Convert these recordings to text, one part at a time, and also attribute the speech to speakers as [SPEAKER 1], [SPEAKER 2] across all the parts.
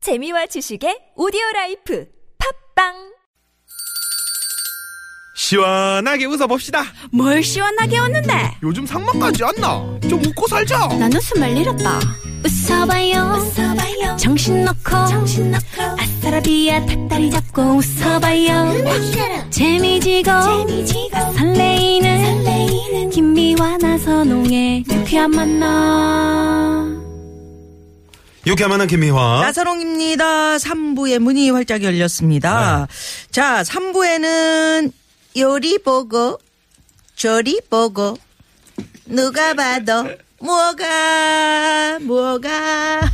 [SPEAKER 1] 재미와 지식의 오디오 라이프 팝빵
[SPEAKER 2] 시원하게 웃어봅시다.
[SPEAKER 3] 뭘 시원하게 웃는데
[SPEAKER 2] 요즘 상만까지 안 나. 좀 웃고 살자.
[SPEAKER 3] 난 웃음을 잃었다 웃어봐요, 웃어봐요. 정신 놓고 아싸라비아 닭다리 잡고 웃어봐요 재미지고, 설레이는, 김미와 나선홍의 유쾌한 만남
[SPEAKER 2] 유쾌만한 김미화.
[SPEAKER 4] 나사롱입니다. 3부의 문이 활짝 열렸습니다.
[SPEAKER 2] 네.
[SPEAKER 4] 자, 3부에는 요리 보고, 조리 보고, 누가 봐도 뭐가, 뭐가.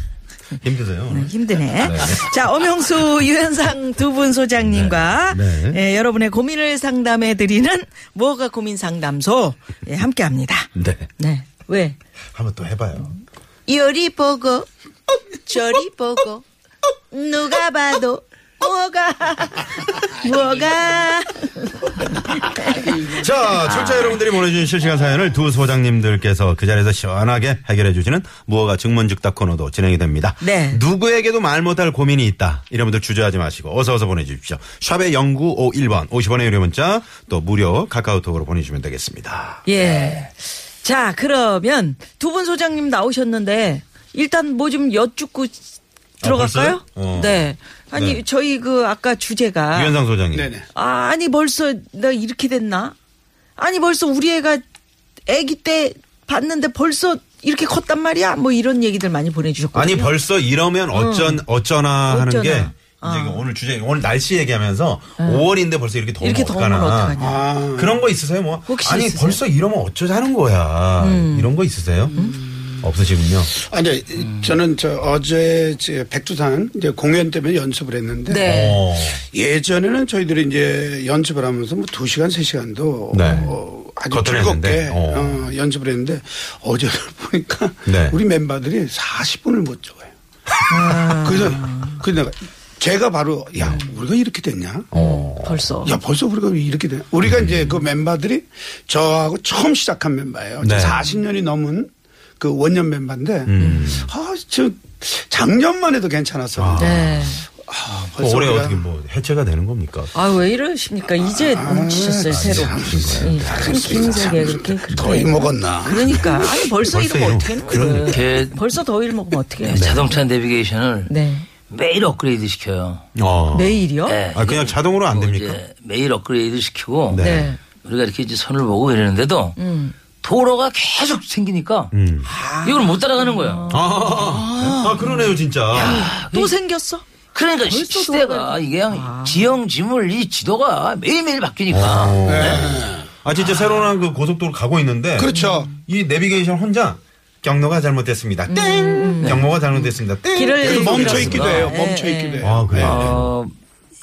[SPEAKER 2] 힘드세요?
[SPEAKER 4] 힘드네. 자, 엄영수, 유현상 두 분 소장님과
[SPEAKER 2] 네. 네.
[SPEAKER 4] 예, 여러분의 고민을 상담해 드리는 뭐가 고민 상담소 예, 함께 합니다.
[SPEAKER 2] 네.
[SPEAKER 4] 네. 왜?
[SPEAKER 2] 한번 또 해봐요.
[SPEAKER 4] 요리 보고 저리 보고 누가 봐도 뭐가 뭐가
[SPEAKER 2] 자,
[SPEAKER 4] 아.
[SPEAKER 2] 출자 여러분들이 보내주신 실시간 사연을 두 소장님들께서 그 자리에서 시원하게 해결해주시는 무허가 증문즉답 코너도 진행이 됩니다.
[SPEAKER 4] 네.
[SPEAKER 2] 누구에게도 말 못할 고민이 있다. 이런 분들 주저하지 마시고 어서 어서 보내주십시오. 샵의 0951번 50원의 유료 문자 또 무료 카카오톡으로 보내주시면 되겠습니다.
[SPEAKER 4] 예. 자 그러면 두 분 소장님 나오셨는데 일단 뭐 좀 여쭙고 들어갈까요?
[SPEAKER 2] 벌써요? 어.
[SPEAKER 4] 네. 아니
[SPEAKER 2] 네.
[SPEAKER 4] 저희 그 아까 주제가
[SPEAKER 2] 유현상 소장님.
[SPEAKER 4] 아, 아니 벌써 나 이렇게 됐나? 아니 벌써 우리 애가 아기 때 봤는데 벌써 이렇게 컸단 말이야? 뭐 이런 얘기들 많이 보내주셨거든요. 음.
[SPEAKER 2] 아니 벌써 이러면 어쩐 어쩌나 하는
[SPEAKER 4] 어쩌나.
[SPEAKER 2] 게 이제
[SPEAKER 4] 아. 네.
[SPEAKER 2] 이거 오늘 주제 오늘 날씨 얘기하면서 5월인데 벌써 이렇게 더우면
[SPEAKER 4] 이렇게 더우면 어떡하냐.
[SPEAKER 2] 그런 거 있으세요? 뭐
[SPEAKER 4] 혹시
[SPEAKER 2] 아니
[SPEAKER 4] 있으세요? 음.
[SPEAKER 2] 벌써 이러면 어쩌자는 거야 이런 거 있으세요? 없으시군요.
[SPEAKER 5] 아니 네.
[SPEAKER 2] 음.
[SPEAKER 5] 저는 저 어제 저 백두산 이제 공연 때문에 연습을 했는데
[SPEAKER 4] 네.
[SPEAKER 2] 어.
[SPEAKER 5] 예전에는 저희들이 이제 연습을 하면서 뭐 2시간 3시간도
[SPEAKER 2] 네.
[SPEAKER 5] 어, 아주
[SPEAKER 2] 거뜬했는데.
[SPEAKER 5] 즐겁게
[SPEAKER 2] 어.
[SPEAKER 5] 어, 연습을 했는데 어제 보니까
[SPEAKER 2] 네.
[SPEAKER 5] 우리 멤버들이 40분을 못 적어요. 그래서 그 내가 제가 바로 야
[SPEAKER 2] 네.
[SPEAKER 5] 우리가 이렇게 됐냐?
[SPEAKER 2] 어.
[SPEAKER 4] 벌써.
[SPEAKER 5] 야 벌써 우리가 이렇게 돼. 우리가 이제 그 멤버들이 저하고 처음 시작한 멤버예요.
[SPEAKER 2] 네.
[SPEAKER 5] 40년이 넘은 그 원년 멤버인데
[SPEAKER 2] 음.
[SPEAKER 5] 아저 작년만 해도
[SPEAKER 2] 아.
[SPEAKER 5] 괜찮았었는데
[SPEAKER 4] 네.
[SPEAKER 5] 아, 벌써
[SPEAKER 2] 올해
[SPEAKER 5] 우리가 아,
[SPEAKER 2] 어떻게 뭐 해체가 되는 겁니까?
[SPEAKER 4] 아 왜 이러십니까? 이제
[SPEAKER 2] 아,
[SPEAKER 4] 뭉치셨어요 새로. 예,
[SPEAKER 2] 네,
[SPEAKER 4] 큰 김세계 그렇게
[SPEAKER 5] 더위
[SPEAKER 4] 그렇게.
[SPEAKER 5] 먹었나?
[SPEAKER 4] 그러니까 아니 벌써
[SPEAKER 2] 벌써
[SPEAKER 4] 이러면
[SPEAKER 2] 이러-
[SPEAKER 4] 어떻게 하는 거예요?
[SPEAKER 6] 이렇게
[SPEAKER 4] 벌써 더위를 먹으면 어떻게
[SPEAKER 2] 네.
[SPEAKER 4] 해요?
[SPEAKER 6] 자동차 내비게이션을
[SPEAKER 4] 네.
[SPEAKER 6] 매일 업그레이드 시켜요.
[SPEAKER 2] 어.
[SPEAKER 4] 매일이요?
[SPEAKER 6] 네.
[SPEAKER 2] 아 그냥 자동으로 안
[SPEAKER 6] 뭐
[SPEAKER 2] 됩니까?
[SPEAKER 6] 이제 매일 업그레이드 시키고
[SPEAKER 2] 네.
[SPEAKER 4] 네.
[SPEAKER 6] 우리가 이렇게 이제 선을 보고 이러는데도 도로가 계속 생기니까
[SPEAKER 2] 음.
[SPEAKER 6] 이걸 못 따라가는 거예요.
[SPEAKER 2] 아, 아, 아, 그러네요 진짜.
[SPEAKER 4] 또 생겼어?
[SPEAKER 6] 그러니까 시-
[SPEAKER 4] 벌써
[SPEAKER 6] 시대가 이게 그냥 지형 지물 이 지도가 매일매일 바뀌니까
[SPEAKER 2] 어.
[SPEAKER 5] 네.
[SPEAKER 2] 아 진짜 새로운 그 고속도로 가고 있는데
[SPEAKER 5] 그렇죠.
[SPEAKER 2] 이 내비게이션 혼자 경로가 잘못됐습니다. 땡 경로가 잘못됐습니다. 땡
[SPEAKER 5] 그래서
[SPEAKER 4] 길을
[SPEAKER 5] 멈춰 있기도 해요.
[SPEAKER 4] 예,
[SPEAKER 5] 멈춰
[SPEAKER 4] 예.
[SPEAKER 5] 있기도 해요.
[SPEAKER 2] 아 그래요.
[SPEAKER 6] 어,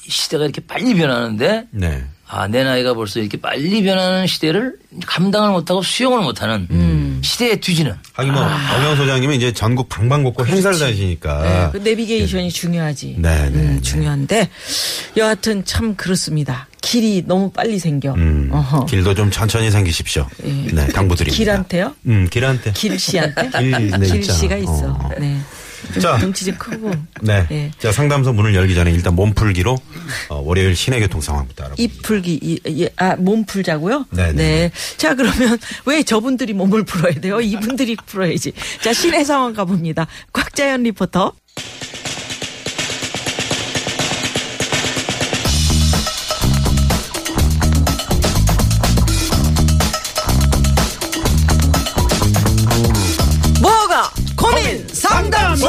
[SPEAKER 6] 시대가 이렇게 빨리 변하는데
[SPEAKER 2] 네.
[SPEAKER 6] 아, 내 나이가 벌써 이렇게 빨리 변하는 시대를 감당을 못하고 수용을 못하는 시대에 뒤지는
[SPEAKER 2] 하긴 뭐 엄영 소장님은 이제 전국 방방곡곡 행사를 다니시니까.
[SPEAKER 4] 아. 네, 그 내비게이션이 중요하지.
[SPEAKER 2] 아. 네, 네,
[SPEAKER 4] 음,
[SPEAKER 2] 네.
[SPEAKER 4] 중요한데 여하튼 참 그렇습니다. 길이 너무 빨리 생겨.
[SPEAKER 2] 음,
[SPEAKER 4] 어허. 예.
[SPEAKER 2] 길도 좀 천천히 생기십시오. 네, 당부드립니다.
[SPEAKER 4] 길한테요?
[SPEAKER 2] 음, 길한테.
[SPEAKER 4] 길 씨한테
[SPEAKER 2] 길, 네,
[SPEAKER 4] 길
[SPEAKER 2] 있잖아.
[SPEAKER 4] 씨가 있어.
[SPEAKER 2] 어.
[SPEAKER 4] 네. 좀
[SPEAKER 2] 자.
[SPEAKER 4] 덩치 좀 크고.
[SPEAKER 2] 네.
[SPEAKER 4] 예.
[SPEAKER 2] 자, 상담소 문을 열기 전에 일단 몸풀기로 어, 월요일 시내 교통 상황부터 알아보겠
[SPEAKER 4] 입 풀기, 이- 이- 아, 몸 풀자고요?
[SPEAKER 2] 네네.
[SPEAKER 4] 자, 그러면 왜 저분들이 몸을 풀어야 돼요? 이분들이 풀어야지. 자, 시내 상황 가봅니다. 곽자연 리포터. 뭐가 고민 상담소!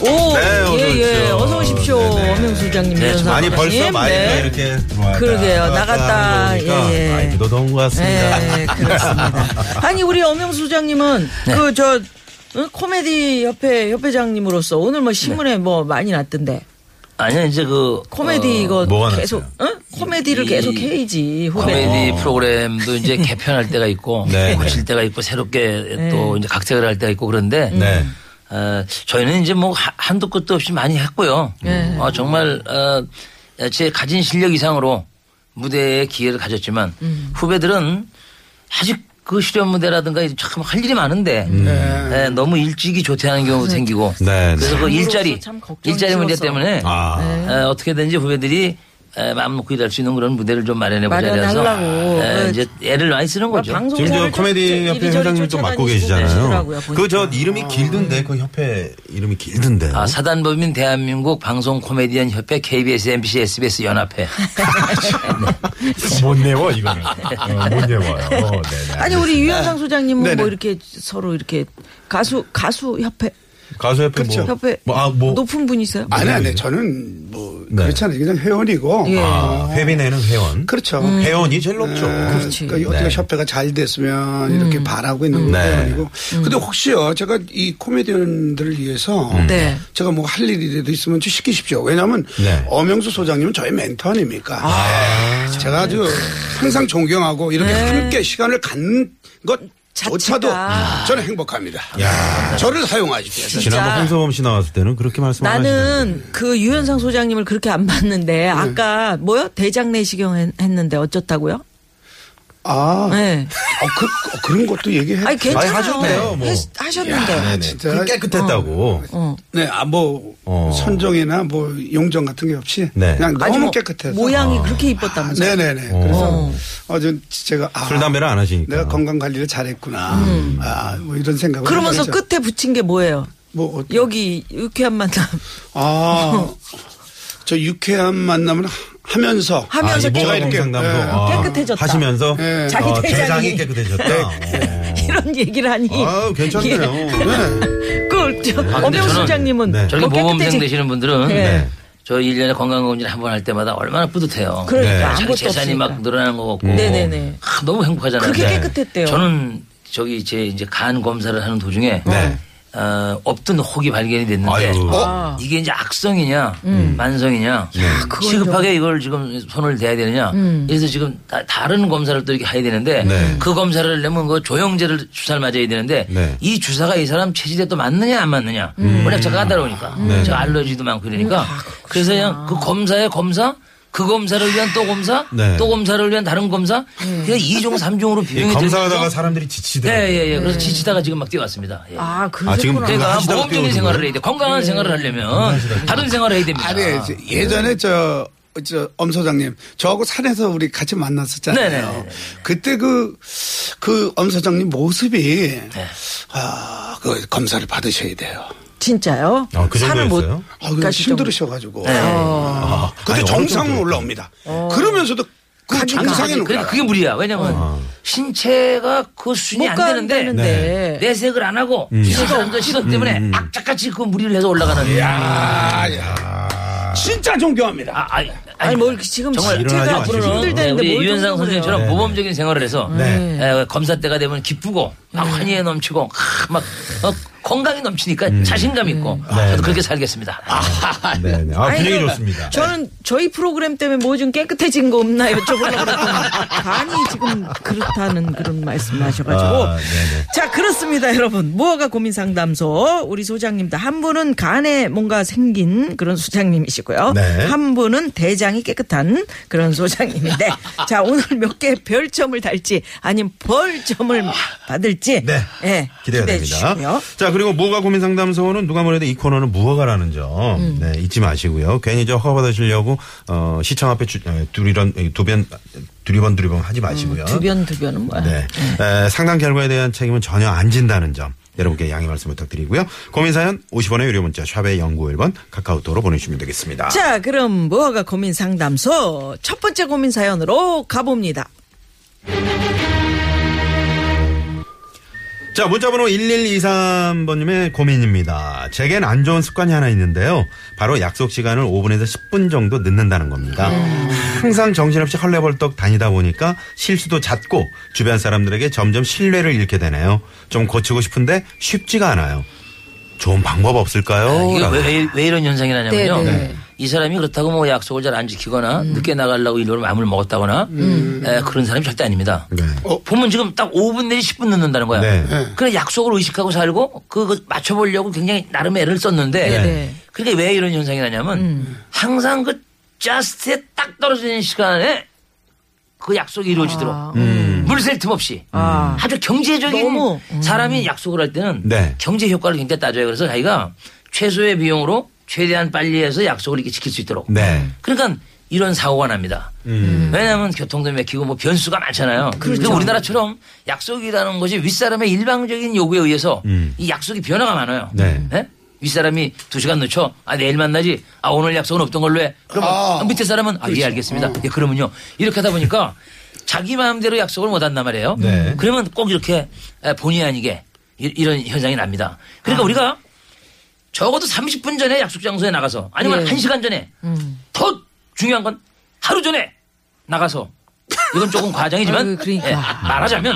[SPEAKER 4] 오,
[SPEAKER 2] 네, 어서
[SPEAKER 4] 예, 예.
[SPEAKER 2] 오십시오.
[SPEAKER 4] 어서 오십시오.
[SPEAKER 2] 네네.
[SPEAKER 4] 엄영 소장님,
[SPEAKER 6] 네,
[SPEAKER 4] 이현상
[SPEAKER 2] 아니, 벌써
[SPEAKER 4] 소장님.
[SPEAKER 2] 마이크가
[SPEAKER 4] 네.
[SPEAKER 2] 이렇게 들어와야
[SPEAKER 4] 그러게요. 나갔다.
[SPEAKER 2] 오니까
[SPEAKER 4] 예, 예.
[SPEAKER 2] 마이크도 더운 것 같습니다.
[SPEAKER 4] 네, 그렇습니다. 아니 우리 엄영 소장님은
[SPEAKER 2] 네.
[SPEAKER 4] 그 저 코미디 협회 협회장님으로서 오늘 뭐
[SPEAKER 2] 네.
[SPEAKER 4] 신문에 뭐 많이 났던데
[SPEAKER 6] 아니야 이제 그
[SPEAKER 4] 코미디
[SPEAKER 6] 어,
[SPEAKER 4] 이거
[SPEAKER 2] 뭐가
[SPEAKER 4] 계속 응? 코미디를
[SPEAKER 6] 이-
[SPEAKER 4] 계속 해야지 후배.
[SPEAKER 6] 코미디 프로그램도 이제 개편할 때가 있고
[SPEAKER 2] 네.
[SPEAKER 6] 고칠 때가 있고 새롭게
[SPEAKER 4] 네.
[SPEAKER 6] 또 이제 각색을 할 때가 있고 그런데
[SPEAKER 2] 네.
[SPEAKER 6] 어, 저희는 이제 뭐 하- 한도 끝도 없이 많이 했고요. 어, 정말 어, 제 가진 실력 이상으로 무대의 기회를 가졌지만 후배들은 아직 그 실현 무대라든가 이제 참 할 일이 많은데 예, 너무 일찍이 조퇴하는 경우도 생기고
[SPEAKER 2] 네,
[SPEAKER 6] 그래서
[SPEAKER 2] 네.
[SPEAKER 6] 그 일자리
[SPEAKER 4] 참 걱정이
[SPEAKER 6] 일자리 문제
[SPEAKER 4] 심해서.
[SPEAKER 6] 때문에
[SPEAKER 2] 아.
[SPEAKER 6] 예, 어떻게든지 후배들이 예, 마음 놓고 일할 수 있는 그런 무대를 좀 마련해 보자 해서
[SPEAKER 4] 마련하려고. 그러니까
[SPEAKER 6] 예, 이제 애를 많이 쓰는 거죠.
[SPEAKER 4] 방송-
[SPEAKER 2] 지금 저
[SPEAKER 4] 공사를
[SPEAKER 2] 코미디
[SPEAKER 4] 좀
[SPEAKER 2] 협회
[SPEAKER 4] 이리저리
[SPEAKER 2] 회장님 좀 맡고
[SPEAKER 4] 쫓아다니시고
[SPEAKER 2] 계시잖아요.
[SPEAKER 4] 그러시더라고요, 보니까.
[SPEAKER 2] 그 저 이름이 길던데 그 협회 이름이 길던데.
[SPEAKER 6] 아, 사단법인 대한민국 방송 코미디언 협회 KBS, MBC, SBS 연합회.
[SPEAKER 2] 어,
[SPEAKER 7] 못 내워 이거는
[SPEAKER 2] 네.
[SPEAKER 7] 어, 못 내워요. 어, 네네.
[SPEAKER 4] 아니
[SPEAKER 2] 뭐
[SPEAKER 4] 우리 유현상 소장님은
[SPEAKER 5] 네네.
[SPEAKER 4] 뭐 이렇게 서로 이렇게 가수 가수 협회
[SPEAKER 2] 가수 협회 뭐.
[SPEAKER 4] 그 협회
[SPEAKER 2] 뭐, 아, 뭐.
[SPEAKER 4] 높은 분이세요?
[SPEAKER 5] 아니 아니 저는 뭐
[SPEAKER 2] 네.
[SPEAKER 5] 그렇잖아요. 그냥 회원이고
[SPEAKER 4] 예. 음.
[SPEAKER 2] 아, 회비 내는 회원.
[SPEAKER 5] 그렇죠.
[SPEAKER 2] 회원이 제일 높죠.
[SPEAKER 4] 그렇지. 음.
[SPEAKER 5] 그러니까 어떻게
[SPEAKER 2] 네.
[SPEAKER 5] 협회가 잘 됐으면 이렇게 바라고 있는
[SPEAKER 2] 네.
[SPEAKER 5] 부분이고. 근데 혹시요, 제가 이 코미디언들을 위해서
[SPEAKER 2] 음.
[SPEAKER 4] 네.
[SPEAKER 5] 제가 뭐 할 일이라도 있으면 좀 시키십시오. 왜냐하면
[SPEAKER 2] 네.
[SPEAKER 5] 엄영수 소장님은 저희 멘토 아닙니까? 네. 제가 아주
[SPEAKER 4] 네.
[SPEAKER 5] 항상 존경하고 이렇게 함께 시간을 갖는 것. 조차도
[SPEAKER 4] 자체가. 아.
[SPEAKER 5] 저는 행복합니다. 저를 사용하십시오.
[SPEAKER 2] 지난번 홍서범 씨 나왔을 때는 그렇게 말씀 안 하시는데. 네.
[SPEAKER 4] 나는 그 유현상 소장님을 그렇게 안 봤는데 아까 뭐요 대장 내시경 했- 했는데 어쩌다고요?
[SPEAKER 5] 아,
[SPEAKER 4] 네.
[SPEAKER 5] 어, 그, 어, 그런 것도 얘기해.
[SPEAKER 4] 아니 괜찮아요.
[SPEAKER 2] 하셨대요, 뭐.
[SPEAKER 4] 했- 하셨는데
[SPEAKER 5] 진짜.
[SPEAKER 2] 그
[SPEAKER 4] 어,
[SPEAKER 2] 깨끗했다고.
[SPEAKER 5] 네, 아, 뭐,
[SPEAKER 2] 어.
[SPEAKER 5] 선정이나 뭐, 용정 같은 게 없이.
[SPEAKER 2] 네.
[SPEAKER 5] 그냥
[SPEAKER 4] 아니,
[SPEAKER 5] 너무
[SPEAKER 4] 뭐
[SPEAKER 5] 깨끗해서.
[SPEAKER 4] 모양이
[SPEAKER 2] 아.
[SPEAKER 4] 그렇게 이뻤다면서.
[SPEAKER 5] 네네네. 그래서 어제 제가 아,
[SPEAKER 2] 술, 담배를 안 하시니까.
[SPEAKER 5] 내가 건강 관리를 잘했구나. 아, 뭐 이런 생각을.
[SPEAKER 4] 그러면서
[SPEAKER 5] 하면서
[SPEAKER 4] 끝에 붙인 게 뭐예요?
[SPEAKER 5] 뭐 어떤-
[SPEAKER 4] 여기 유쾌한 만남
[SPEAKER 2] 어.
[SPEAKER 5] 아, 저 유쾌한 만남을 하- 하면서
[SPEAKER 4] 하면서
[SPEAKER 2] 아,
[SPEAKER 4] 쭉
[SPEAKER 2] 뭐가 이렇게
[SPEAKER 5] 네.
[SPEAKER 4] 깨끗해졌다.
[SPEAKER 2] 하시면서
[SPEAKER 5] 네.
[SPEAKER 4] 자기
[SPEAKER 2] 어,
[SPEAKER 4] 대장이- 네.
[SPEAKER 2] 대장이 깨끗해졌다. 어.
[SPEAKER 4] 이런 얘기를 하니
[SPEAKER 2] 아, 괜찮네요.
[SPEAKER 5] 네.
[SPEAKER 4] 그저
[SPEAKER 6] 아, 근데
[SPEAKER 4] 엄영
[SPEAKER 6] 저는
[SPEAKER 4] 소장님은
[SPEAKER 2] 네.
[SPEAKER 6] 저렇게
[SPEAKER 4] 뭐
[SPEAKER 6] 모범생
[SPEAKER 4] 깨끗해지-
[SPEAKER 6] 되시는 분들은
[SPEAKER 4] 네.
[SPEAKER 6] 저 1년에 건강검진 한 번 할 때마다 얼마나 뿌듯해요.
[SPEAKER 4] 그러니까
[SPEAKER 2] 네.
[SPEAKER 6] 자기
[SPEAKER 4] 아무것도
[SPEAKER 6] 재산이
[SPEAKER 4] 없으니까.
[SPEAKER 6] 막 늘어나는 거 같고.
[SPEAKER 4] 네네네.
[SPEAKER 6] 아, 너무 행복하잖아요.
[SPEAKER 4] 그렇게 깨끗했대요.
[SPEAKER 6] 저는 저기 제 이제 간 검사를 하는 도중에
[SPEAKER 2] 네.
[SPEAKER 6] 어, 없던 혹이 발견이 됐는데
[SPEAKER 2] 아유. 네.
[SPEAKER 6] 어? 이게 이제 악성이냐
[SPEAKER 4] 음.
[SPEAKER 6] 만성이냐 시급하게 이걸 지금 손을 대야 되느냐
[SPEAKER 4] 음.
[SPEAKER 6] 그래서 지금 다, 른 검사를 또 이렇게 해야 되는데
[SPEAKER 2] 네.
[SPEAKER 6] 그 검사를 내면 그 조영제를 주사를 맞아야 되는데
[SPEAKER 2] 네. 음.
[SPEAKER 6] 이 주사가 이 사람 체질에 또 맞느냐 안 맞느냐 워낙 제가 까다로우니까
[SPEAKER 2] 네.
[SPEAKER 6] 저 알러지도 많고 이러니까 그래서 그냥 그 검사에 검사 그 검사를 위한 또 검사
[SPEAKER 2] 네.
[SPEAKER 6] 또 검사를 위한 다른 검사 그냥 2종 3종으로
[SPEAKER 2] 이
[SPEAKER 6] 비용이
[SPEAKER 2] 검사하다가 사람들이 지치더라고요.
[SPEAKER 4] 네.
[SPEAKER 6] 예예예 그래서 지치다가 지금 막 뛰어왔습니다 예.
[SPEAKER 4] 아
[SPEAKER 2] 아, 지금
[SPEAKER 4] 그러셨구나.
[SPEAKER 2] 그거
[SPEAKER 6] 그러니까
[SPEAKER 2] 하시다가
[SPEAKER 6] 모범적인
[SPEAKER 2] 뛰어오는 거예요?
[SPEAKER 6] 생활을
[SPEAKER 2] 네.
[SPEAKER 6] 해야 돼. 건강한 생활을 하려면 다른 생활을 해야 됩니다.
[SPEAKER 5] 아니, 이제 예전에 저, 저, 엄 소장님, 저하고 산에서 우리 같이 만났었잖아요.
[SPEAKER 6] 네네네네.
[SPEAKER 5] 그때 그, 그 엄 소장님 모습이, 아, 그 검사를 받으셔야 돼요.
[SPEAKER 4] 진짜요?
[SPEAKER 2] 아, 그
[SPEAKER 4] 산을 못-
[SPEAKER 2] 정도였어요?
[SPEAKER 5] 아, 그
[SPEAKER 4] 그러니까 지금-
[SPEAKER 5] 힘들으셔가지고.
[SPEAKER 2] 아,
[SPEAKER 5] 근데
[SPEAKER 2] 아니,
[SPEAKER 5] 정상은
[SPEAKER 2] 엄청
[SPEAKER 5] 올라옵니다. 그러면서도 그 정상에는
[SPEAKER 6] 그러니까
[SPEAKER 5] 올라가.
[SPEAKER 6] 그게 무리야. 왜냐면
[SPEAKER 2] 어.
[SPEAKER 6] 신체가 그 수준이 안
[SPEAKER 4] 못
[SPEAKER 6] 되는데,
[SPEAKER 4] 간다는데. 네.
[SPEAKER 6] 내색을 안 하고
[SPEAKER 2] 음.
[SPEAKER 6] 시도 시도 때문에 악착같이 그 무리를 해서 올라가는.
[SPEAKER 5] 아, 야. 진짜 존경합니다.
[SPEAKER 6] 아, 아니,
[SPEAKER 4] 아니 뭘 지금
[SPEAKER 6] 정말
[SPEAKER 2] 일어나지
[SPEAKER 4] 신체가
[SPEAKER 2] 마시고요.
[SPEAKER 4] 앞으로는 힘들다는데
[SPEAKER 6] 우리
[SPEAKER 4] 뭘
[SPEAKER 6] 유현상
[SPEAKER 4] 정도로 그래요?
[SPEAKER 6] 선생님처럼
[SPEAKER 2] 네, 네.
[SPEAKER 6] 모범적인 생활을 해서
[SPEAKER 2] 네.
[SPEAKER 6] 에, 검사 때가 되면 기쁘고
[SPEAKER 4] 네.
[SPEAKER 6] 막 환희에 넘치고 크, 막 어, 건강이 넘치니까 자신감 있고
[SPEAKER 2] 음. 네,
[SPEAKER 6] 저도
[SPEAKER 2] 네.
[SPEAKER 6] 그렇게 살겠습니다.
[SPEAKER 2] 네, 네. 아,
[SPEAKER 4] 아니,
[SPEAKER 2] 분위기
[SPEAKER 4] 그럼
[SPEAKER 2] 좋습니다.
[SPEAKER 4] 저는 저희 프로그램 때문에 뭐 좀 깨끗해진 거 없나 여쭤보려고 그랬더니 간이 지금 그렇다는 그런 말씀을 하셔가지고
[SPEAKER 2] 아, 네네.
[SPEAKER 4] 자 그렇습니다 여러분 무허가 고민 상담소 우리 소장님들 한 분은 간에 뭔가 생긴 그런 소장님이시고요
[SPEAKER 2] 네.
[SPEAKER 4] 한 분은 대장이 깨끗한 그런 소장님인데 자 오늘 몇 개 별점을 달지 아니면 벌점을 받을지
[SPEAKER 2] 네.
[SPEAKER 4] 예, 기대해
[SPEAKER 2] 기대가 됩니다.
[SPEAKER 4] 주시고요.
[SPEAKER 2] 자, 그리고 무허가 고민 상담소는 누가 뭐래도 이 코너는 무허가라는 점,
[SPEAKER 4] 음.
[SPEAKER 2] 네, 잊지 마시고요. 괜히 저 허가 받으시려고, 어, 시청 앞에 주, 어, 두리런, 에, 두변, 두리번 두리번 하지 마시고요.
[SPEAKER 4] 음, 두변 음. 두변은 뭐야?
[SPEAKER 2] 네. 에, 상담 결과에 대한 책임은 전혀 안 진다는 점. 여러분께 양해 말씀 부탁드리고요. 고민 사연 50원의 유료 문자 샵의 0951번 카카오톡으로 보내주시면 되겠습니다.
[SPEAKER 4] 자, 그럼 무허가 고민 상담소 첫 번째 고민 사연으로 가봅니다.
[SPEAKER 2] 자, 문자번호 1123번님의 고민입니다. 제겐 안 좋은 습관이 하나 있는데요. 바로 약속 시간을 5분에서 10분 정도 늦는다는 겁니다. 항상 정신없이 헐레벌떡 다니다 보니까 실수도 잦고 주변 사람들에게 점점 신뢰를 잃게 되네요. 좀 고치고 싶은데 쉽지가 않아요. 좋은 방법 없을까요?
[SPEAKER 6] 아, 이게
[SPEAKER 2] 라고.
[SPEAKER 6] 왜, 왜 이런 현상이냐면요.
[SPEAKER 4] 네, 음.
[SPEAKER 6] 이 사람이 그렇다고 뭐 약속을 잘 안 지키거나 늦게 나가려고 일부러 마음을 먹었다거나 에, 그런 사람이 절대 아닙니다.
[SPEAKER 2] 네.
[SPEAKER 5] 어?
[SPEAKER 6] 보면 지금 딱 5분 내지 10분 늦는다는 거야.
[SPEAKER 2] 네.
[SPEAKER 6] 그래 약속을 의식하고 살고 그거 맞춰보려고 굉장히 나름 애를 썼는데
[SPEAKER 4] 네. 음.
[SPEAKER 6] 그게 왜 이런 현상이 나냐면 항상 그 자스트에 딱 떨어지는 시간에 그 약속이 이루어지도록
[SPEAKER 2] 음.
[SPEAKER 6] 물샐 틈 없이
[SPEAKER 4] 아.
[SPEAKER 6] 아주 경제적인
[SPEAKER 4] 너무, 음.
[SPEAKER 6] 사람이 약속을 할 때는
[SPEAKER 2] 네.
[SPEAKER 6] 경제 효과를 굉장히 따져요. 그래서 자기가 최소의 비용으로 최대한 빨리 해서 약속을 이렇게 지킬 수 있도록.
[SPEAKER 2] 네.
[SPEAKER 6] 그러니까 이런 사고가 납니다.
[SPEAKER 2] 음.
[SPEAKER 6] 왜냐하면 교통도 막히고 뭐 변수가 많잖아요. 그런데 우리나라처럼 약속이라는 것이 윗사람의 일방적인 요구에 의해서 이 약속이 변화가 많아요.
[SPEAKER 2] 음. 네.
[SPEAKER 6] 예? 윗사람이 두 시간 늦춰. 아, 내일 만나지. 아, 오늘 약속은 없던 걸로 해. 그럼
[SPEAKER 5] 아.
[SPEAKER 6] 밑에 사람은 아, 예, 알겠습니다. 예, 그러면요. 이렇게 하다 보니까 자기 마음대로 약속을 못 한단 말이에요.
[SPEAKER 2] 네.
[SPEAKER 6] 그러면 꼭 이렇게 에, 본의 아니게 이- 이런 현상이 납니다.
[SPEAKER 2] 아.
[SPEAKER 6] 그러니까 우리가 적어도 30분 전에 약속 장소에 나가서 아니면
[SPEAKER 4] 예. 음.
[SPEAKER 6] 한 1시간 전에 더 중요한 건 하루 전에 나가서 이건 조금 과장이지만
[SPEAKER 4] 아이고, 그러니까.
[SPEAKER 6] 예, 말하자면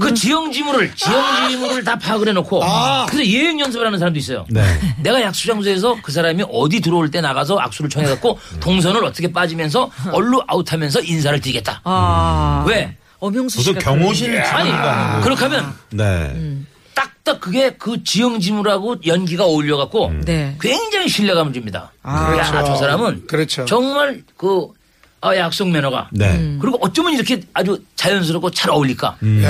[SPEAKER 6] 그 지형지물을 지형지물을 다 파악을 해놓고 그래서 예행 연습을 하는 사람도 있어요.
[SPEAKER 2] 네.
[SPEAKER 6] 내가 약수 장소에서 그 사람이 어디 들어올 때 나가서 악수를 청해갖고 동선을 어떻게 빠지면서 얼루 아웃하면서 인사를 드리겠다.
[SPEAKER 4] 아.
[SPEAKER 6] 왜?
[SPEAKER 4] 엄영수
[SPEAKER 2] 무슨
[SPEAKER 4] 씨가
[SPEAKER 2] 경호실
[SPEAKER 6] 아니
[SPEAKER 2] 직원도
[SPEAKER 6] 그렇게 하면
[SPEAKER 2] 네.
[SPEAKER 6] 음. 딱딱 그게 그 지형지물하고 연기가 어울려갖고
[SPEAKER 4] 네.
[SPEAKER 6] 굉장히 신뢰감을 줍니다.
[SPEAKER 4] 아.
[SPEAKER 6] 야, 저 사람은
[SPEAKER 5] 그렇죠.
[SPEAKER 6] 정말 그 아, 약속 매너가
[SPEAKER 2] 네.
[SPEAKER 6] 그리고 어쩌면 이렇게 아주 자연스럽고 잘 어울릴까 미리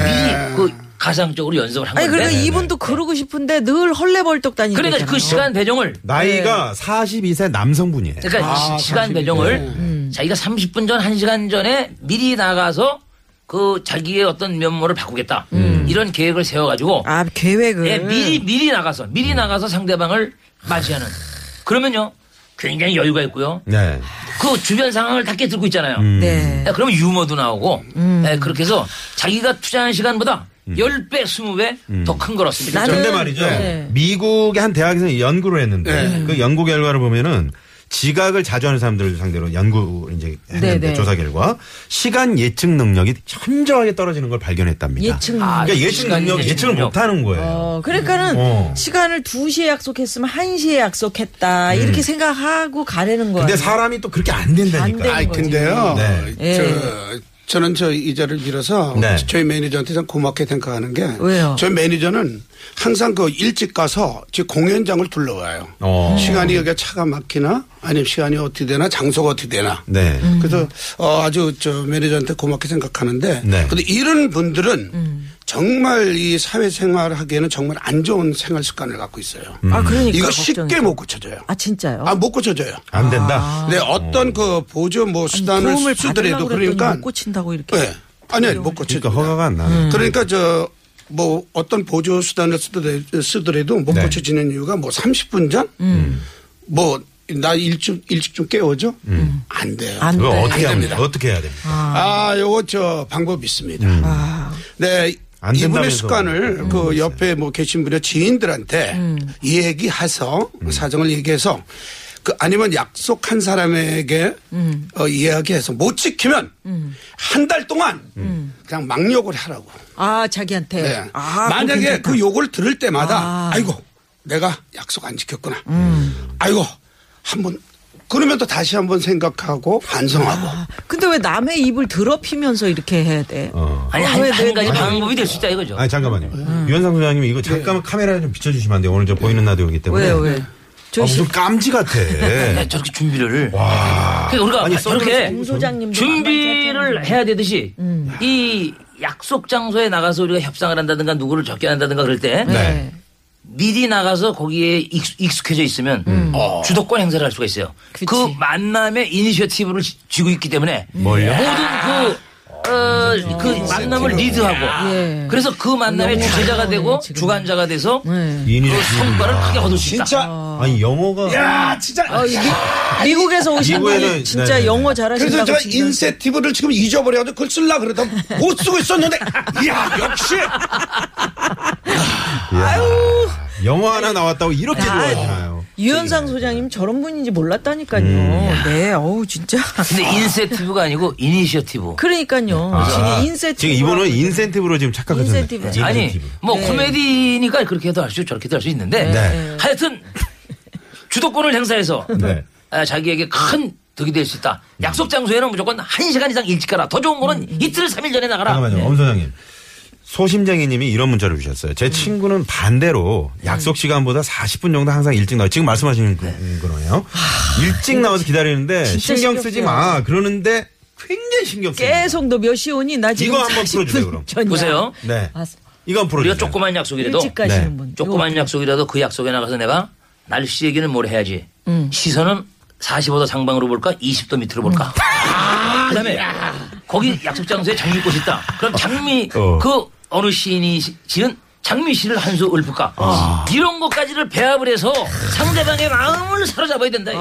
[SPEAKER 6] 그 가상적으로 연습을 한
[SPEAKER 4] 네. 아니
[SPEAKER 6] 건데
[SPEAKER 4] 그러니까 이분도 그러고 싶은데 늘 헐레벌떡 다니는
[SPEAKER 6] 네, 그러니까 그
[SPEAKER 4] 거잖아요.
[SPEAKER 6] 시간 배정을 네.
[SPEAKER 2] 나이가 42세 남성분이에요.
[SPEAKER 6] 그러니까
[SPEAKER 5] 아,
[SPEAKER 6] 시- 시간
[SPEAKER 5] 30분.
[SPEAKER 6] 배정을 음.
[SPEAKER 5] 네.
[SPEAKER 6] 자기가 30분 전, 1시간 전에 미리 나가서 그 자기의 어떤 면모를 바꾸겠다. 이런 계획을 세워가지고
[SPEAKER 4] 아 계획을
[SPEAKER 6] 예, 미리 미리 나가서 미리 나가서 상대방을 맞이하는. 그러면요 굉장히 여유가 있고요.
[SPEAKER 2] 네.
[SPEAKER 6] 그 주변 상황을 다 깨뜨리고 있잖아요.
[SPEAKER 2] 음.
[SPEAKER 4] 네.
[SPEAKER 6] 예, 그러면 유머도 나오고
[SPEAKER 4] 음.
[SPEAKER 6] 예, 그렇게 해서 자기가 투자한 시간보다
[SPEAKER 2] 음.
[SPEAKER 6] 10배, 20배 더 큰 걸었습니다. 그렇죠?
[SPEAKER 4] 나는-
[SPEAKER 2] 근데 말이죠.
[SPEAKER 4] 네.
[SPEAKER 2] 미국의 한 대학에서 연구를 했는데 그 연구 결과를 보면은 지각을 자주 하는 사람들을 상대로 연구 이제 했는데
[SPEAKER 4] 네, 네.
[SPEAKER 2] 조사 결과 시간 예측 능력이 현저하게 떨어지는 걸 발견했답니다.
[SPEAKER 4] 예측 음.
[SPEAKER 6] 아,
[SPEAKER 2] 그러니까 예측
[SPEAKER 6] 시간
[SPEAKER 2] 능력
[SPEAKER 6] 예측
[SPEAKER 2] 예측을
[SPEAKER 6] 능력.
[SPEAKER 2] 못 하는 거예요.
[SPEAKER 4] 어, 그러니까는
[SPEAKER 2] 어.
[SPEAKER 4] 시간을 2시에 약속했으면 1시에 약속했다. 이렇게 생각하고 가려는 거예요.
[SPEAKER 2] 근데 사람이 또 그렇게 안 된다니까.
[SPEAKER 4] 안
[SPEAKER 5] 아이 근데요.
[SPEAKER 2] 네.
[SPEAKER 4] 예.
[SPEAKER 5] 저, 는저 이자를 빌어서
[SPEAKER 2] 네.
[SPEAKER 5] 저희 매니저한테 참 고맙게 생각하는 게
[SPEAKER 4] 왜요?
[SPEAKER 5] 저희 매니저는 항상 그 일찍 가서 제 공연장을 둘러와요.
[SPEAKER 2] 어.
[SPEAKER 5] 시간이 여기 차가 막히나 아니면 시간이 어떻게 되나 장소가 어떻게 되나.
[SPEAKER 2] 네.
[SPEAKER 5] 그래서 어, 아주 저 매니저한테 고맙게 생각하는데
[SPEAKER 2] 네.
[SPEAKER 5] 근데 이런 분들은
[SPEAKER 4] 음.
[SPEAKER 5] 정말 이 사회생활 하기에는 정말 안 좋은 생활 습관을 갖고 있어요.
[SPEAKER 4] 아, 그러니까
[SPEAKER 5] 이거 쉽게
[SPEAKER 4] 걱정이죠.
[SPEAKER 5] 못 고쳐져요.
[SPEAKER 4] 아, 진짜요?
[SPEAKER 5] 아, 못 고쳐져요.
[SPEAKER 2] 안 된다.
[SPEAKER 5] 네, 어떤 그 보조 뭐 수단을
[SPEAKER 4] 아. 도움을
[SPEAKER 5] 쓰더라도
[SPEAKER 4] 받으려고 그랬더니
[SPEAKER 5] 그러니까
[SPEAKER 4] 못 음. 고친다고 이렇게.
[SPEAKER 5] 예. 아니, 못 고쳐.
[SPEAKER 2] 그러니까 허가가 안 나네.
[SPEAKER 5] 그러니까 저 뭐 어떤 보조 수단을 쓰더라- 쓰더라도 못
[SPEAKER 2] 네.
[SPEAKER 5] 고쳐지는 이유가 뭐 30분 전?
[SPEAKER 4] 음.
[SPEAKER 5] 뭐 나 일찍 일찍 좀 깨워줘? 안 돼요.
[SPEAKER 4] 안
[SPEAKER 2] 음. 그거
[SPEAKER 4] 돼.
[SPEAKER 2] 어떻게
[SPEAKER 5] 안
[SPEAKER 2] 합니까?
[SPEAKER 5] 됩니다.
[SPEAKER 2] 어떻게 해야 됩니까?
[SPEAKER 5] 네. 아,
[SPEAKER 2] 예.
[SPEAKER 5] 요거 저 방법이 있습니다.
[SPEAKER 4] 아.
[SPEAKER 5] 네.
[SPEAKER 2] 음. 안 된다면서. 음,
[SPEAKER 5] 이분의 습관을 그 옆에 뭐 계신 분의 지인들한테
[SPEAKER 4] 음.
[SPEAKER 5] 얘기해서
[SPEAKER 2] 음.
[SPEAKER 5] 사정을 얘기해서 그 아니면 약속한 사람에게
[SPEAKER 4] 음.
[SPEAKER 5] 어, 이야기해서 못 지키면 한 달 동안 그냥 막욕을 하라고.
[SPEAKER 4] 아, 자기한테.
[SPEAKER 5] 네.
[SPEAKER 4] 음. 아,
[SPEAKER 5] 만약에
[SPEAKER 4] 괜찮다.
[SPEAKER 5] 그 욕을 들을 때마다
[SPEAKER 4] 아. 음.
[SPEAKER 5] 아. 이고 내가 약속 안 지켰구나. 아이고 한번 그러면 또 다시 한번 생각하고 반성하고
[SPEAKER 4] 아, 근데 왜 남의 입을 더럽히면서 이렇게 해야 돼?
[SPEAKER 2] 어.
[SPEAKER 6] 아니
[SPEAKER 4] 왜,
[SPEAKER 6] 한,
[SPEAKER 4] 왜,
[SPEAKER 6] 한 가지
[SPEAKER 4] 왜?
[SPEAKER 6] 방법이 될 수 있다 이거죠.
[SPEAKER 2] 아니 잠깐만요. 유현상 소장님 이거 잠깐만 카메라에 좀 비춰주시면 안 돼요. 오늘 저 보이는 라디오이기 때문에.
[SPEAKER 4] 왜요, 왜?
[SPEAKER 2] 아,
[SPEAKER 4] 저희 시-
[SPEAKER 2] 무슨 깜지 같아.
[SPEAKER 6] 네, 저렇게 준비를. 그러니까 우리가
[SPEAKER 2] 아니, 음.
[SPEAKER 6] 저렇게
[SPEAKER 4] 홍 소장님도 음.
[SPEAKER 6] 준비를 해야 되듯이 이 약속 장소에 나가서 우리가 협상을 한다든가 누구를 접견한다든가 그럴 때
[SPEAKER 2] 네.
[SPEAKER 6] 미리 나가서 거기에 익숙- 익숙해져 있으면 어, 주도권 행사를 할 수가 있어요. 그
[SPEAKER 4] 음. 그치.
[SPEAKER 6] 만남의 이니셔티브를 지- 쥐고 있기 때문에
[SPEAKER 2] 뭘요?
[SPEAKER 6] 모든 그 어, 그 만남을 리드하고
[SPEAKER 4] 예.
[SPEAKER 6] 그래서 그 만남의 주제자가 되고 주관자가 돼서
[SPEAKER 4] 네.
[SPEAKER 2] 이니
[SPEAKER 6] 그 성과를 크게 얻을 수 있다.
[SPEAKER 2] 아니 영어가
[SPEAKER 5] 야 진짜
[SPEAKER 4] 어, 이 미- 미국에서 오신
[SPEAKER 2] 아, 미국에는-
[SPEAKER 4] 분이 진짜
[SPEAKER 2] 네네네.
[SPEAKER 4] 영어
[SPEAKER 5] 그래서
[SPEAKER 4] 잘하신다고
[SPEAKER 5] 제가
[SPEAKER 4] 지금-
[SPEAKER 5] 인센티브를 지금 잊어버려가지고 그걸 쓰려고 그러다 못 쓰고 있었는데 이야 역시
[SPEAKER 2] 영어 하나 나왔다고 이렇게 좋아하시나요?
[SPEAKER 4] 유현상 소장님 저런
[SPEAKER 2] 음,
[SPEAKER 4] 분인지 몰랐다니까요. 네, 어우 진짜.
[SPEAKER 6] 근데 인센티브가 아니고 이니셔티브.
[SPEAKER 4] 그러니까요.
[SPEAKER 2] 아,
[SPEAKER 4] 지금 인센티브.
[SPEAKER 2] 지금 이분은 인센티브로 지금 착각하셨네.
[SPEAKER 4] 인센티브.
[SPEAKER 2] 네.
[SPEAKER 6] 아니
[SPEAKER 2] 인센티브.
[SPEAKER 6] 뭐 코미디니까 그렇게 해도 할 수 있고 저렇게 해도 할 수 있는데
[SPEAKER 2] 네.
[SPEAKER 6] 하여튼 주도권을 행사해서
[SPEAKER 2] 네. 음.
[SPEAKER 6] 아, 자기에게 큰 득이 될 수 있다. 약속 장소에는 무조건 한시간 이상 일찍 가라. 더 좋은 거는 이틀 삼일 전에 나가라. 네.
[SPEAKER 2] 잠깐만요, 네. 엄 소장님. 소심쟁이님이 이런 문자를 주셨어요. 제 친구는 반대로 약속 시간보다 40분 정도 항상 일찍 나와. 지금 네. 말씀하시는 그- 그러네요. 일찍 나와서 기다리는데
[SPEAKER 4] 진짜
[SPEAKER 2] 아, 신경
[SPEAKER 4] 신경
[SPEAKER 2] 쓰지
[SPEAKER 4] 쓰여요.
[SPEAKER 2] 마. 그러는데 굉장히 신경 쓰
[SPEAKER 4] 계속 너 몇 시 오니? 나 지금
[SPEAKER 2] 이거 한번
[SPEAKER 4] 40분
[SPEAKER 2] 풀어주세요, 그럼.
[SPEAKER 4] 전이야.
[SPEAKER 6] 보세요.
[SPEAKER 2] 네.
[SPEAKER 4] 아,
[SPEAKER 2] 이건 풀어
[SPEAKER 6] 우리가
[SPEAKER 2] 주세요.
[SPEAKER 6] 조그만 약속이라도
[SPEAKER 4] 일찍 가시는
[SPEAKER 2] 네.
[SPEAKER 4] 분.
[SPEAKER 6] 조그만
[SPEAKER 4] 이거
[SPEAKER 6] 약속이라도 그 약속에 나가서 내가 날씨 얘기는 뭘 해야지. 시선은 45도 상방으로 볼까? 20도 밑으로 볼까? 아, 그다음에 거기 약속 장소에 장미꽃이 있다. 그럼 장미
[SPEAKER 7] 어.
[SPEAKER 6] 그 어느 시인이 시- 지은 장미시를 한 수 읊을까?
[SPEAKER 5] 아.
[SPEAKER 6] 이런 것까지를 배합을 해서 상대방의 마음을 사로잡아야 된다.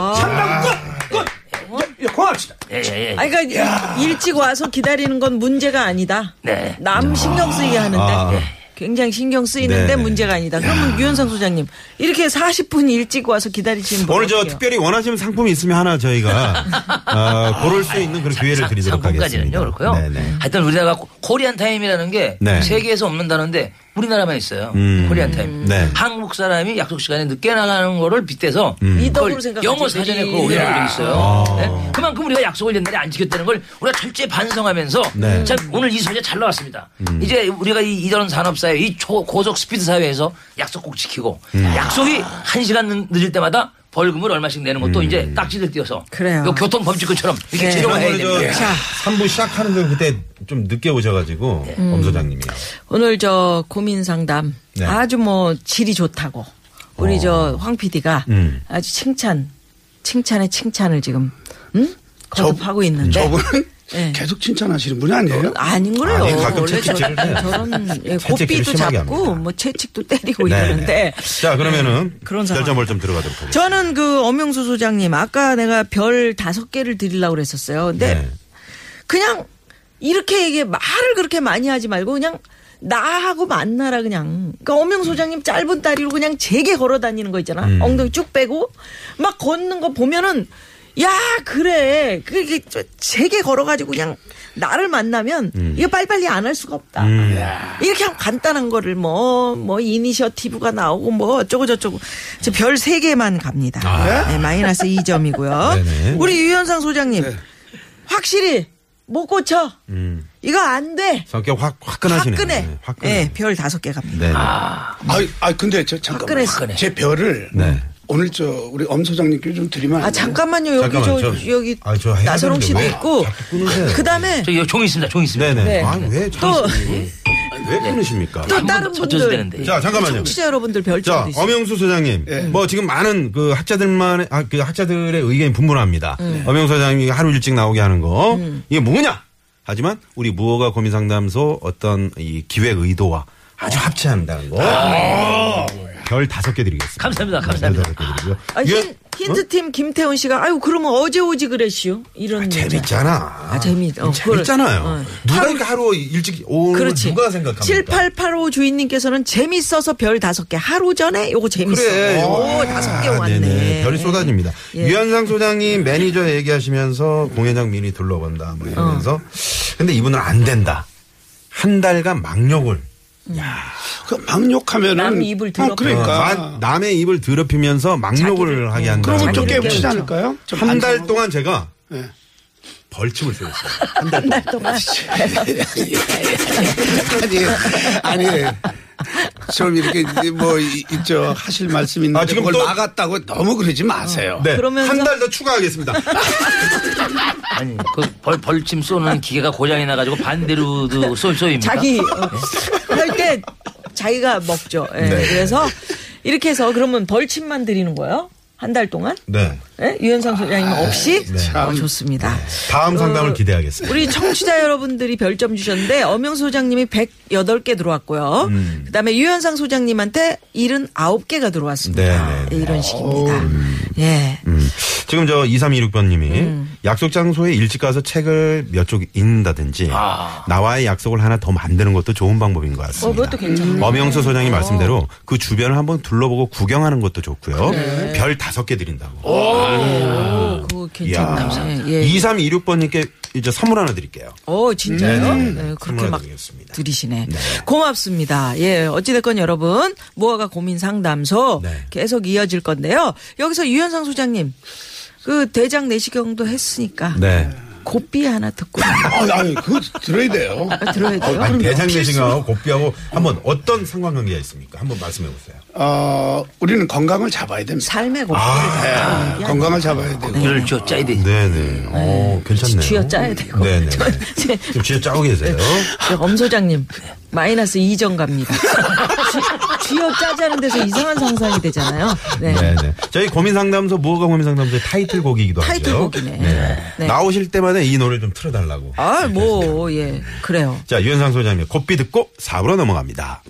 [SPEAKER 5] 고맙습니다.
[SPEAKER 6] 예, 예, 예.
[SPEAKER 4] 아니, 그러니까 일찍 와서 기다리는 건 문제가 아니다.
[SPEAKER 6] 네.
[SPEAKER 4] 남 신경 쓰이게 하는데
[SPEAKER 2] 아.
[SPEAKER 4] 굉장히 신경 쓰이는데
[SPEAKER 2] 네네.
[SPEAKER 4] 문제가 아니다. 그러면 유현상 소장님 이렇게 40분 일찍 와서 기다리시는 분
[SPEAKER 2] 오늘 저
[SPEAKER 4] 어떡해요?
[SPEAKER 2] 특별히 원하시는 상품이 있으면 하나 저희가 어, 고를 수 있는 그런 기회를 드리도록 하겠습니다.
[SPEAKER 6] 상품까지는요 그렇고요.
[SPEAKER 2] 네네.
[SPEAKER 6] 하여튼 우리나라가 고- 코리안 타임이라는 게
[SPEAKER 2] 네.
[SPEAKER 6] 세계에서 없는다는데 우리나라만 있어요.
[SPEAKER 2] 음.
[SPEAKER 6] 코리안 타임.
[SPEAKER 2] 네.
[SPEAKER 6] 한국 사람이 약속 시간에 늦게 나가는 거를 빗대서
[SPEAKER 2] 음.
[SPEAKER 4] 이덕으로
[SPEAKER 6] 그걸
[SPEAKER 4] 생각하지,
[SPEAKER 6] 영어 사전에
[SPEAKER 4] 그들이.
[SPEAKER 6] 그거 올려놓은 적 있어요.
[SPEAKER 2] 아.
[SPEAKER 6] 네? 그만큼 우리가 약속을 옛날에 안 지켰다는 걸 우리가 철저히 반성하면서
[SPEAKER 2] 네. 음.
[SPEAKER 6] 참 오늘 이 소재 잘 나왔습니다. 이제 우리가 이, 이런 산업사회, 이 초, 고속 스피드 사회에서 약속 꼭 지키고
[SPEAKER 2] 음.
[SPEAKER 6] 약속이 한시간 늦- 늦을 때마다 벌금을 얼마씩 내는
[SPEAKER 2] 음.
[SPEAKER 6] 것도 이제 딱지를 띄어서
[SPEAKER 4] 그래요.
[SPEAKER 6] 요 교통범죄권처럼 이렇게
[SPEAKER 4] 네.
[SPEAKER 6] 치료해야
[SPEAKER 2] 오늘
[SPEAKER 6] 됩니다.
[SPEAKER 2] 저 3부 시작하는 데 그때 좀 늦게 오셔가지고
[SPEAKER 6] 네.
[SPEAKER 2] 음. 엄 소장님이
[SPEAKER 4] 오늘 저 고민 상담
[SPEAKER 2] 네. 어.
[SPEAKER 4] 아주 뭐 질이 좋다고 우리 저 황 PD가
[SPEAKER 2] 음.
[SPEAKER 4] 아주 칭찬 칭찬에 칭찬을 지금 음? 거듭하고 있는데
[SPEAKER 5] 저분은
[SPEAKER 4] 네. 어,
[SPEAKER 5] 계속 칭찬하시는 분이 아니에요?
[SPEAKER 4] 아닌 거래요.
[SPEAKER 2] 아니, 가끔
[SPEAKER 4] 원래 저,
[SPEAKER 2] 채찍질을 해요.
[SPEAKER 4] 저런 예,
[SPEAKER 2] 채찍질을
[SPEAKER 4] 고삐도
[SPEAKER 2] 심하게
[SPEAKER 4] 잡고
[SPEAKER 2] 합니다.
[SPEAKER 4] 뭐 채찍도 때리고
[SPEAKER 2] 네,
[SPEAKER 4] 이러는데
[SPEAKER 2] 네. 자 그러면은
[SPEAKER 4] 그런 상황.
[SPEAKER 2] 결정을 좀 들어가도록 하겠습니다.
[SPEAKER 4] 저는 그 엄영수 소장님 아까 내가 별 다섯 개를 드리려고 그랬었어요. 근데
[SPEAKER 2] 네.
[SPEAKER 4] 그냥 이렇게 얘기해 말을 그렇게 많이 하지 말고 그냥 나하고 만나라 그냥. 그러니까 엄영 소장님 짧은 다리로 그냥 제게 걸어 다니는 거 있잖아. 엉덩이 쭉 빼고 막 걷는 거 보면은 야 그래 그게 저- 제게 걸어가지고 그냥 나를 만나면 이거 빨리빨리 안 할 수가 없다. 아, 이렇게 하면 간단한 거를 뭐 뭐 이니셔티브가 나오고 뭐 어쩌고 저쩌고 저 별 세 개만 갑니다. 네, 마이너스 2점이고요.
[SPEAKER 2] 네네.
[SPEAKER 4] 우리 유현상 소장님 확실히 못 고쳐. 이거 안 돼.
[SPEAKER 2] 성격 확 음. 화끈하시네요.
[SPEAKER 4] 화끈해.
[SPEAKER 2] 네, 화끈해.
[SPEAKER 4] 네, 별 다섯 개 갑니다.
[SPEAKER 2] 네. 네.
[SPEAKER 5] 아, 아 근데 저 잠깐만
[SPEAKER 4] 화끈했어.
[SPEAKER 5] 제 별을
[SPEAKER 2] 네.
[SPEAKER 5] 오늘 저 우리 엄 소장님께 좀 드리면
[SPEAKER 4] 아
[SPEAKER 5] 안 돼요?
[SPEAKER 4] 잠깐만요. 여기
[SPEAKER 2] 잠깐만요.
[SPEAKER 4] 저,
[SPEAKER 2] 저-
[SPEAKER 4] 여기
[SPEAKER 2] 아, 저 해야
[SPEAKER 4] 나선홍 씨도
[SPEAKER 2] 되는데 왜
[SPEAKER 4] 있고
[SPEAKER 2] 자꾸 네. 끊으세요?
[SPEAKER 4] 그다음에
[SPEAKER 6] 저기 종 있습니다. 종 있습니다.
[SPEAKER 2] 네네.
[SPEAKER 4] 네.
[SPEAKER 2] 아니, 왜
[SPEAKER 4] 또-
[SPEAKER 2] 참으시니? 아니, 왜 끊으십니까?
[SPEAKER 4] 또
[SPEAKER 6] 한번
[SPEAKER 4] 다른
[SPEAKER 6] 더 쳐줘도
[SPEAKER 4] 분들
[SPEAKER 6] 되는데.
[SPEAKER 2] 자, 잠깐만요.
[SPEAKER 4] 청취자 여러분들 별점도
[SPEAKER 2] 자,
[SPEAKER 4] 있어요.
[SPEAKER 2] 엄영수 소장님.
[SPEAKER 4] 예.
[SPEAKER 2] 뭐 지금 많은 그 학자들만 아, 그 학자들의 의견이 분분합니다.
[SPEAKER 4] 음. 네.
[SPEAKER 2] 엄영수 소장님이 하루 일찍 나오게 하는 거 이게 뭐냐? 하지만 우리 무허가 고민 상담소 어떤 이 기획 의도와
[SPEAKER 4] 어.
[SPEAKER 2] 아주 합치한다는 거. 별 다섯 개 드리겠습니다.
[SPEAKER 6] 감사합니다.
[SPEAKER 2] 별
[SPEAKER 6] 감사합니다.
[SPEAKER 2] 다섯 개 드리고요.
[SPEAKER 4] 아,
[SPEAKER 2] 이게-
[SPEAKER 4] 힌, 트팀
[SPEAKER 2] 어?
[SPEAKER 4] 김태훈 씨가 아유 그러면 어제 오지 그랬시오 이런 문자.
[SPEAKER 2] 아, 재밌잖아.
[SPEAKER 4] 아, 재미- 어,
[SPEAKER 2] 재밌잖아요.
[SPEAKER 4] 그걸- 어.
[SPEAKER 2] 누가 이렇게 하루 일찍 오는 걸
[SPEAKER 4] 그렇지.
[SPEAKER 2] 누가 생각합니까?
[SPEAKER 4] 7885 주인님께서는 재밌어서 별 다섯 개 하루 전에 요거 재밌어.
[SPEAKER 2] 그래.
[SPEAKER 4] 오,
[SPEAKER 2] 아,
[SPEAKER 4] 다섯 개 왔네.
[SPEAKER 2] 네네. 별이 쏟아집니다.
[SPEAKER 4] 예.
[SPEAKER 2] 유현상 소장님 매니저 얘기하시면서 공연장 미리 둘러본다. 뭐 이러면서.
[SPEAKER 4] 어.
[SPEAKER 2] 근데 이분은 안 된다. 한 달간 망력을.
[SPEAKER 5] 그 막욕하면은
[SPEAKER 4] 남 입을
[SPEAKER 5] 어, 그러니까
[SPEAKER 2] 나- 아, 남의 입을 더럽히면서 망력을 하게 한다.
[SPEAKER 5] 그러면 좀
[SPEAKER 4] 자기를
[SPEAKER 5] 깨우치지
[SPEAKER 4] 깨우쳐.
[SPEAKER 5] 않을까요? 좀
[SPEAKER 2] 한달
[SPEAKER 5] 반성하고.
[SPEAKER 2] 동안 제가
[SPEAKER 5] 네.
[SPEAKER 2] 벌칙을 세웠어요.
[SPEAKER 4] 한달 동안. 아,
[SPEAKER 5] 아니 아니 좀 이렇게 뭐 이- 이저 하실 말씀 있는데
[SPEAKER 2] 아, 지금
[SPEAKER 5] 그걸
[SPEAKER 2] 또-
[SPEAKER 5] 막았다고 너무 그러지 마세요.
[SPEAKER 2] 네.
[SPEAKER 4] 그러면서-
[SPEAKER 2] 한 달 더 추가하겠습니다.
[SPEAKER 6] 아니, 그 벌, 벌침 쏘는 기계가 고장이 나가지고 반대로도 쏠 쏘입니다.
[SPEAKER 4] 자기
[SPEAKER 2] 네.
[SPEAKER 4] 할 때 자기가 먹죠. 예, 그래서 이렇게 해서 그러면 벌침만 드리는 거예요. 한 달 동안
[SPEAKER 2] 네.
[SPEAKER 4] 예? 유현상 소장님
[SPEAKER 2] 아,
[SPEAKER 4] 없이 어, 좋습니다.
[SPEAKER 2] 네.
[SPEAKER 4] 어,
[SPEAKER 2] 다음 상담을 기대하겠습니다.
[SPEAKER 4] 우리 청취자 여러분들이 별점 주셨는데 엄영 소장님이 108개 들어왔고요. 그다음에 유현상 소장님한테 79개가 들어왔습니다.
[SPEAKER 2] 네, 음. 네, 네.
[SPEAKER 4] 이런 식입니다. 예.
[SPEAKER 2] 지금 저 2326번님이
[SPEAKER 4] 음.
[SPEAKER 2] 약속 장소에 일찍 가서 책을 몇 쪽 읽는다든지 나와의 약속을 하나 더 만드는 것도 좋은 방법인 것 같습니다.
[SPEAKER 4] 아. 어, 그것도 어. 괜찮네.
[SPEAKER 2] 엄영수 소장이 말씀대로 그 주변을 한번 둘러보고 구경하는 것도
[SPEAKER 4] 어,
[SPEAKER 2] 좋고요. 별 다섯 개 드린다고. 어,
[SPEAKER 4] 오, 그거 괜찮다. 어. 예. 예.
[SPEAKER 2] 2326번님께 이제 선물 하나 드릴게요.
[SPEAKER 4] 오, 진짜요? 네, 그렇게
[SPEAKER 2] 선물
[SPEAKER 4] 막
[SPEAKER 2] 하나 드리겠습니다.
[SPEAKER 4] 드리시네. 고맙습니다. 예, 어찌됐건 여러분, 무허가 고민 상담소
[SPEAKER 2] 네.
[SPEAKER 4] 계속 이어질 건데요. 여기서 유현상 소장님, 그 대장 내시경도 했으니까
[SPEAKER 2] 네.
[SPEAKER 4] 고삐 하나 듣고
[SPEAKER 5] 아니, 아니, 그거 들어야 돼요.
[SPEAKER 4] 들어야 돼요.
[SPEAKER 2] 아니, 대장내시경하고 고삐하고 한번 어떤 상관관계가 있습니까? 한번 말씀해 보세요.
[SPEAKER 5] 어, 우리는 건강을 잡아야 됩니다.
[SPEAKER 4] 삶의 고삐. 네.
[SPEAKER 5] 예,
[SPEAKER 2] 아,
[SPEAKER 5] 건강을 잡아야
[SPEAKER 2] 네.
[SPEAKER 5] 되고.
[SPEAKER 6] 이걸 쥐어 짜야 되지.
[SPEAKER 2] 네네. 어, 괜찮네요.
[SPEAKER 4] 쥐어 짜야 되고.
[SPEAKER 2] 네네.
[SPEAKER 4] 저- 제- 네.
[SPEAKER 2] 지금 쥐어 짜고 계세요.
[SPEAKER 4] 저 엄소장님 마이너스 2점 갑니다. 쥐- 쥐어 짜자는 데서 이상한 상상이 되잖아요. 네.
[SPEAKER 2] 네네. 저희 고민 상담소 무허가 고민 상담소의 타이틀곡이기도 하죠.
[SPEAKER 4] 타이틀곡이네. 네.
[SPEAKER 2] 나오실 때마다 이 노래 좀 틀어달라고.
[SPEAKER 4] 아, 뭐, 예. 그래요.
[SPEAKER 2] 자, 유현상 소장님, 고삐 듣고 4부로 넘어갑니다.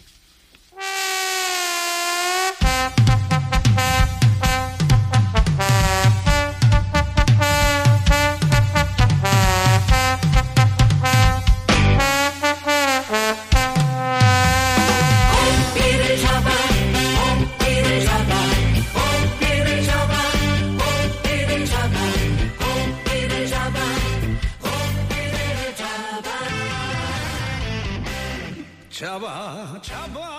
[SPEAKER 5] 잡아, 잡아.